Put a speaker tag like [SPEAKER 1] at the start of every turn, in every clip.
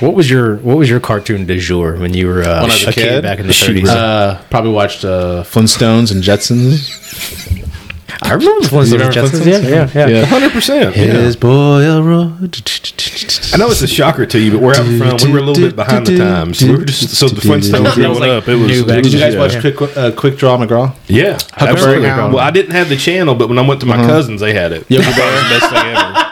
[SPEAKER 1] What was your What was your cartoon du jour when you were uh,
[SPEAKER 2] When I was a kid?
[SPEAKER 1] back in the thirties?
[SPEAKER 2] Uh, probably watched uh, Flintstones and Jetsons.
[SPEAKER 1] I remember the ones
[SPEAKER 2] you
[SPEAKER 1] that were
[SPEAKER 2] remember
[SPEAKER 1] Jetsons.
[SPEAKER 2] Flintstones?
[SPEAKER 1] Yeah, yeah, yeah.
[SPEAKER 2] Yeah.
[SPEAKER 3] 100%.
[SPEAKER 1] His boy Road.
[SPEAKER 3] I know it's a shocker to you, but where I'm from, we were a little bit behind the times. We were just so the Flintstones
[SPEAKER 1] That was
[SPEAKER 3] growing
[SPEAKER 1] like
[SPEAKER 3] up. It was.
[SPEAKER 1] new back
[SPEAKER 2] Did you guys
[SPEAKER 3] yeah.
[SPEAKER 2] watch Quick, uh, Quick Draw McGraw?
[SPEAKER 3] Yeah,
[SPEAKER 2] Huckleberry Uh-huh.
[SPEAKER 3] absolutely.
[SPEAKER 2] Hound.
[SPEAKER 3] Well, I didn't have the channel, but when I went to my cousins, they had it.
[SPEAKER 2] Yogi
[SPEAKER 3] That was the best thing ever.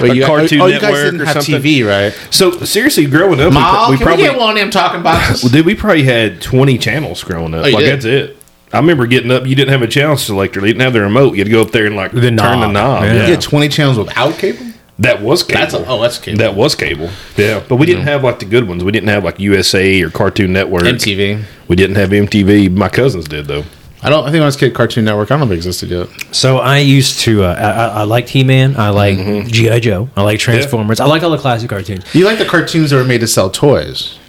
[SPEAKER 2] Wait, you,
[SPEAKER 3] Cartoon
[SPEAKER 2] oh, you guys
[SPEAKER 3] Network
[SPEAKER 2] didn't
[SPEAKER 3] or
[SPEAKER 2] have
[SPEAKER 3] something?
[SPEAKER 2] TV, right?
[SPEAKER 3] So seriously, growing up,
[SPEAKER 2] Ma,
[SPEAKER 3] we,
[SPEAKER 2] can
[SPEAKER 3] pro- we
[SPEAKER 2] we get
[SPEAKER 3] probably
[SPEAKER 2] one of them talking
[SPEAKER 3] well,
[SPEAKER 2] boxes?
[SPEAKER 3] dude, we probably had 20 channels growing up.
[SPEAKER 2] Oh, you
[SPEAKER 3] like
[SPEAKER 2] did?
[SPEAKER 3] that's it. I remember getting up. You didn't have a channel selector. You didn't have the remote. You had to go up there and like turn the
[SPEAKER 1] knob.
[SPEAKER 3] knob.
[SPEAKER 1] Yeah.
[SPEAKER 3] Yeah.
[SPEAKER 2] You get 20 channels without cable?
[SPEAKER 3] that was cable.
[SPEAKER 2] That's a, oh, that's cable.
[SPEAKER 3] That was cable. Yeah, but we didn't have like the good ones. We didn't have like USA or Cartoon Network.
[SPEAKER 2] MTV.
[SPEAKER 3] We didn't have MTV. My cousins did though.
[SPEAKER 2] I don't. I think when I was a kid, Cartoon Network. I don't know if it existed yet.
[SPEAKER 1] So I used to. Uh, I, I- I liked He Man. I like
[SPEAKER 2] Mm-hmm.
[SPEAKER 1] GI Joe. I like Transformers. I like all the classic cartoons.
[SPEAKER 2] You like the cartoons that were made to sell toys?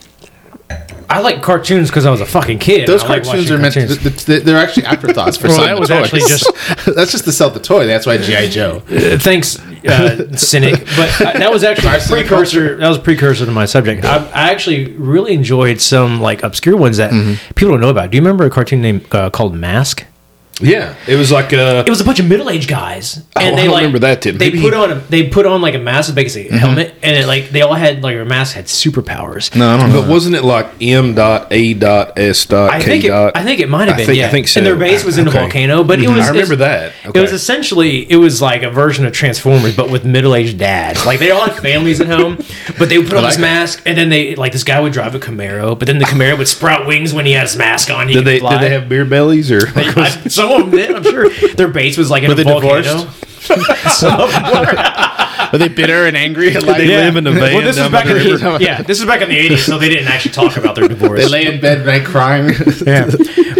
[SPEAKER 1] I like cartoons because I was a fucking kid.
[SPEAKER 2] Those
[SPEAKER 1] I like
[SPEAKER 2] cartoons
[SPEAKER 1] watching
[SPEAKER 2] are meant. To,
[SPEAKER 1] cartoons.
[SPEAKER 2] th- th- they're actually afterthoughts for
[SPEAKER 1] Well,
[SPEAKER 2] selling
[SPEAKER 1] that
[SPEAKER 2] the
[SPEAKER 1] was
[SPEAKER 2] toys.
[SPEAKER 1] actually
[SPEAKER 2] that's just to sell the toy. That's why GI Joe.
[SPEAKER 1] Uh, Thanks, uh, cynic. But uh, that was actually a
[SPEAKER 2] cynical.
[SPEAKER 1] precursor. That was a precursor to my subject. I, I actually really enjoyed some like obscure ones that
[SPEAKER 2] Mm-hmm.
[SPEAKER 1] people don't know about. Do you remember a cartoon name uh, called Mask?
[SPEAKER 3] Yeah, it was like uh,
[SPEAKER 1] It was a bunch of middle-aged guys,
[SPEAKER 3] Oh, I don't remember that, Tim.
[SPEAKER 1] They
[SPEAKER 3] Maybe- Mm-hmm.
[SPEAKER 1] put on a, they put on like a mask, basically a helmet, and it, like they all had like their mask had superpowers.
[SPEAKER 2] No, I don't know.
[SPEAKER 3] But wasn't it like M dot A dot S dot
[SPEAKER 1] I
[SPEAKER 3] K
[SPEAKER 1] think it,
[SPEAKER 3] dot?
[SPEAKER 1] I think it might have
[SPEAKER 3] uh, I
[SPEAKER 1] been.
[SPEAKER 3] think-
[SPEAKER 1] yeah,
[SPEAKER 3] I think so.
[SPEAKER 1] And their base was in a
[SPEAKER 3] Okay. Mm-hmm.
[SPEAKER 1] volcano, but it was.
[SPEAKER 3] I remember
[SPEAKER 1] it's-
[SPEAKER 3] that.
[SPEAKER 1] It was
[SPEAKER 3] Okay.
[SPEAKER 1] essentially it was like a version of Transformers, but with middle-aged dads. Like they all had families at home, but they would put on
[SPEAKER 2] like
[SPEAKER 1] this
[SPEAKER 2] it.
[SPEAKER 1] mask, and then they like this guy would drive a Camaro, but then the Camaro would sprout wings when he had his mask on. He
[SPEAKER 3] Did
[SPEAKER 1] could
[SPEAKER 3] they
[SPEAKER 1] fly.
[SPEAKER 3] did they have beer bellies or?
[SPEAKER 1] I, some of them did, I'm sure. Their base was like in a
[SPEAKER 2] they
[SPEAKER 1] volcano.
[SPEAKER 2] divorced? Are they bitter and angry? Like,
[SPEAKER 3] They live in a van.
[SPEAKER 1] Well, this was
[SPEAKER 3] down
[SPEAKER 1] back
[SPEAKER 3] by
[SPEAKER 1] in
[SPEAKER 3] the river?
[SPEAKER 1] the, yeah, this was back in the eighties, so they didn't actually talk about their divorce.
[SPEAKER 2] They lay in bed at night crying.
[SPEAKER 1] yeah,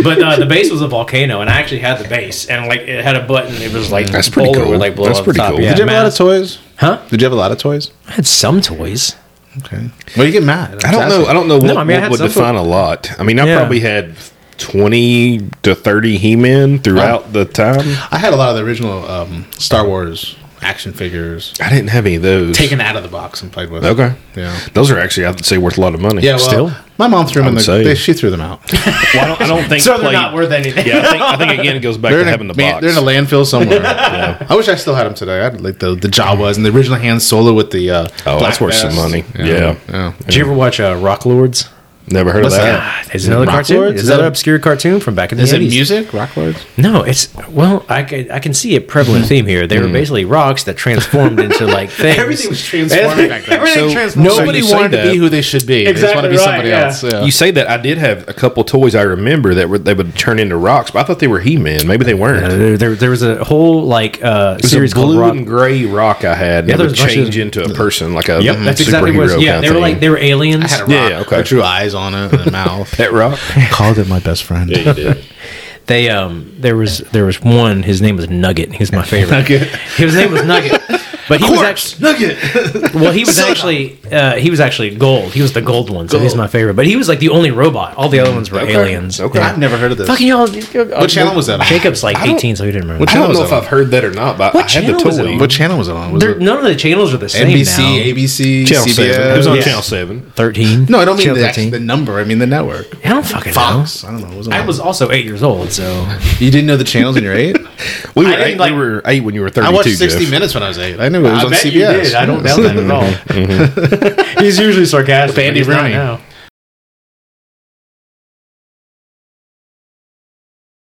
[SPEAKER 1] but uh, the base was a volcano, and I actually had the base, and like it had a button. It was like
[SPEAKER 3] That's pretty
[SPEAKER 1] polar
[SPEAKER 3] cool.
[SPEAKER 1] Would, like, blow
[SPEAKER 3] That's
[SPEAKER 1] up the
[SPEAKER 3] pretty
[SPEAKER 1] top.
[SPEAKER 3] cool.
[SPEAKER 1] Yeah,
[SPEAKER 2] Did you have a lot
[SPEAKER 1] man.
[SPEAKER 2] of toys?
[SPEAKER 1] Huh?
[SPEAKER 2] Did you have a lot of toys?
[SPEAKER 1] I had some toys.
[SPEAKER 2] Okay. Well, you get mad.
[SPEAKER 3] I don't know. I don't know what,
[SPEAKER 1] No, I mean, I
[SPEAKER 3] what
[SPEAKER 1] had
[SPEAKER 3] would
[SPEAKER 1] some-
[SPEAKER 3] define a lot. I mean, I
[SPEAKER 1] Yeah.
[SPEAKER 3] probably had twenty to thirty He Men throughout the time.
[SPEAKER 2] I had a lot of the original um, Star Wars action figures
[SPEAKER 3] I didn't have any of those.
[SPEAKER 2] taken out of the box and played with.
[SPEAKER 3] okay,
[SPEAKER 2] Yeah.
[SPEAKER 3] those are actually I'd say worth a lot of money.
[SPEAKER 2] Yeah. Well,
[SPEAKER 1] Still?
[SPEAKER 2] my mom threw them in
[SPEAKER 3] would
[SPEAKER 2] the.
[SPEAKER 3] say.
[SPEAKER 2] They, she threw them out.
[SPEAKER 3] Well, I, don't, I don't think
[SPEAKER 1] So they're
[SPEAKER 3] play-
[SPEAKER 1] not worth anything.
[SPEAKER 3] Yeah, I think, I think again it goes back
[SPEAKER 2] They're
[SPEAKER 3] to
[SPEAKER 2] in, a,
[SPEAKER 3] having the
[SPEAKER 2] man,
[SPEAKER 3] box.
[SPEAKER 2] they're in a landfill somewhere. I wish I still had them today. I had like the the Jawas and the original Han Solo with the. Uh,
[SPEAKER 3] oh, that's
[SPEAKER 2] black
[SPEAKER 3] worth some
[SPEAKER 2] vest.
[SPEAKER 3] money. Yeah,
[SPEAKER 2] Yeah.
[SPEAKER 1] Did you ever watch uh, Rock Lords?
[SPEAKER 3] never heard of
[SPEAKER 2] What's
[SPEAKER 3] that.
[SPEAKER 2] that?
[SPEAKER 1] Is another
[SPEAKER 2] Rock
[SPEAKER 1] cartoon?
[SPEAKER 2] Lords?
[SPEAKER 1] Is,
[SPEAKER 2] Is
[SPEAKER 1] that
[SPEAKER 2] that
[SPEAKER 1] an
[SPEAKER 2] a-
[SPEAKER 1] obscure cartoon from back in the
[SPEAKER 2] Is it
[SPEAKER 1] 80s?
[SPEAKER 2] music? Rock lords?
[SPEAKER 1] No, it's well, I can I can see a prevalent theme here. They were basically rocks that transformed into like things.
[SPEAKER 2] transformed back then.
[SPEAKER 1] Everything
[SPEAKER 3] So-
[SPEAKER 1] transformed.
[SPEAKER 3] So
[SPEAKER 2] Nobody
[SPEAKER 3] you say
[SPEAKER 2] wanted to
[SPEAKER 3] that-
[SPEAKER 2] be who they should be. They just want
[SPEAKER 1] Exactly
[SPEAKER 2] to be
[SPEAKER 1] right,
[SPEAKER 2] somebody
[SPEAKER 1] yeah.
[SPEAKER 2] else. Yeah.
[SPEAKER 3] You say that I did have a couple toys I remember that were they would turn into rocks, but I thought they were He Man. Maybe they weren't.
[SPEAKER 1] Uh, there, there, there was a whole like uh,
[SPEAKER 3] It was
[SPEAKER 1] series
[SPEAKER 3] a
[SPEAKER 1] called
[SPEAKER 3] blue
[SPEAKER 1] Rock.
[SPEAKER 3] and gray rock I had. and
[SPEAKER 1] Yeah,
[SPEAKER 3] it
[SPEAKER 1] there
[SPEAKER 3] would
[SPEAKER 1] was a bunch
[SPEAKER 3] change
[SPEAKER 1] of-
[SPEAKER 3] into a person like a
[SPEAKER 1] Yep, that's exactly what. It
[SPEAKER 3] superhero
[SPEAKER 1] was. Yeah,
[SPEAKER 3] kind
[SPEAKER 1] they
[SPEAKER 3] of
[SPEAKER 1] were
[SPEAKER 3] thing.
[SPEAKER 1] like they were aliens.
[SPEAKER 2] I had a rock.
[SPEAKER 3] Yeah, yeah, okay.
[SPEAKER 2] I drew eyes on it and a mouth.
[SPEAKER 3] that rock.
[SPEAKER 2] Called it my best friend.
[SPEAKER 3] Yeah, you did.
[SPEAKER 1] They um there was there was one. His name was Nugget. He was my favorite.
[SPEAKER 2] Nugget.
[SPEAKER 1] His name was Nugget. But he was actually
[SPEAKER 2] nugget.
[SPEAKER 1] well. He was actually uh, he was actually gold. He was the gold one. So he's
[SPEAKER 2] Gold.
[SPEAKER 1] my favorite. But he was like the only robot. All the other ones were
[SPEAKER 3] Okay,
[SPEAKER 1] aliens.
[SPEAKER 3] okay.
[SPEAKER 2] I've never heard of this.
[SPEAKER 1] Fucking y'all. What
[SPEAKER 2] channel was that on?
[SPEAKER 1] Jacob's like
[SPEAKER 3] I don't-
[SPEAKER 1] eighteen, so he didn't remember.
[SPEAKER 2] What
[SPEAKER 3] I don't
[SPEAKER 2] channel
[SPEAKER 3] know
[SPEAKER 2] was
[SPEAKER 3] if
[SPEAKER 2] that
[SPEAKER 3] I've heard that or not, but
[SPEAKER 1] What
[SPEAKER 3] I had the
[SPEAKER 1] channel was it
[SPEAKER 3] toy.
[SPEAKER 1] on?
[SPEAKER 2] what channel was it on? Was
[SPEAKER 1] They're-
[SPEAKER 2] it
[SPEAKER 1] none of the channels are the same now.
[SPEAKER 2] NBC, ABC,
[SPEAKER 3] Channel
[SPEAKER 2] CBS?
[SPEAKER 3] Seven. It was on
[SPEAKER 1] Yeah.
[SPEAKER 3] Channel Seven.
[SPEAKER 1] Thirteen.
[SPEAKER 2] No, I don't mean
[SPEAKER 1] Channel
[SPEAKER 2] the, actual-
[SPEAKER 1] 13.
[SPEAKER 2] the number. I mean the network.
[SPEAKER 1] I don't fucking
[SPEAKER 2] Fox. I don't know. It wasn't
[SPEAKER 1] know. I
[SPEAKER 2] on-
[SPEAKER 1] was also eight years old, so
[SPEAKER 2] You didn't know the channels when you were eight?
[SPEAKER 3] We were
[SPEAKER 1] didn't
[SPEAKER 3] eight.
[SPEAKER 1] like-
[SPEAKER 3] we were eight when you were
[SPEAKER 2] I
[SPEAKER 3] thirty-two.
[SPEAKER 2] watched 60
[SPEAKER 3] Jeff.
[SPEAKER 2] Minutes when I was eight. I knew it was on CBS.
[SPEAKER 1] I don't doubt that at all. he's usually sarcastic.
[SPEAKER 2] Andy
[SPEAKER 1] but he's not
[SPEAKER 2] Rooney.
[SPEAKER 1] now.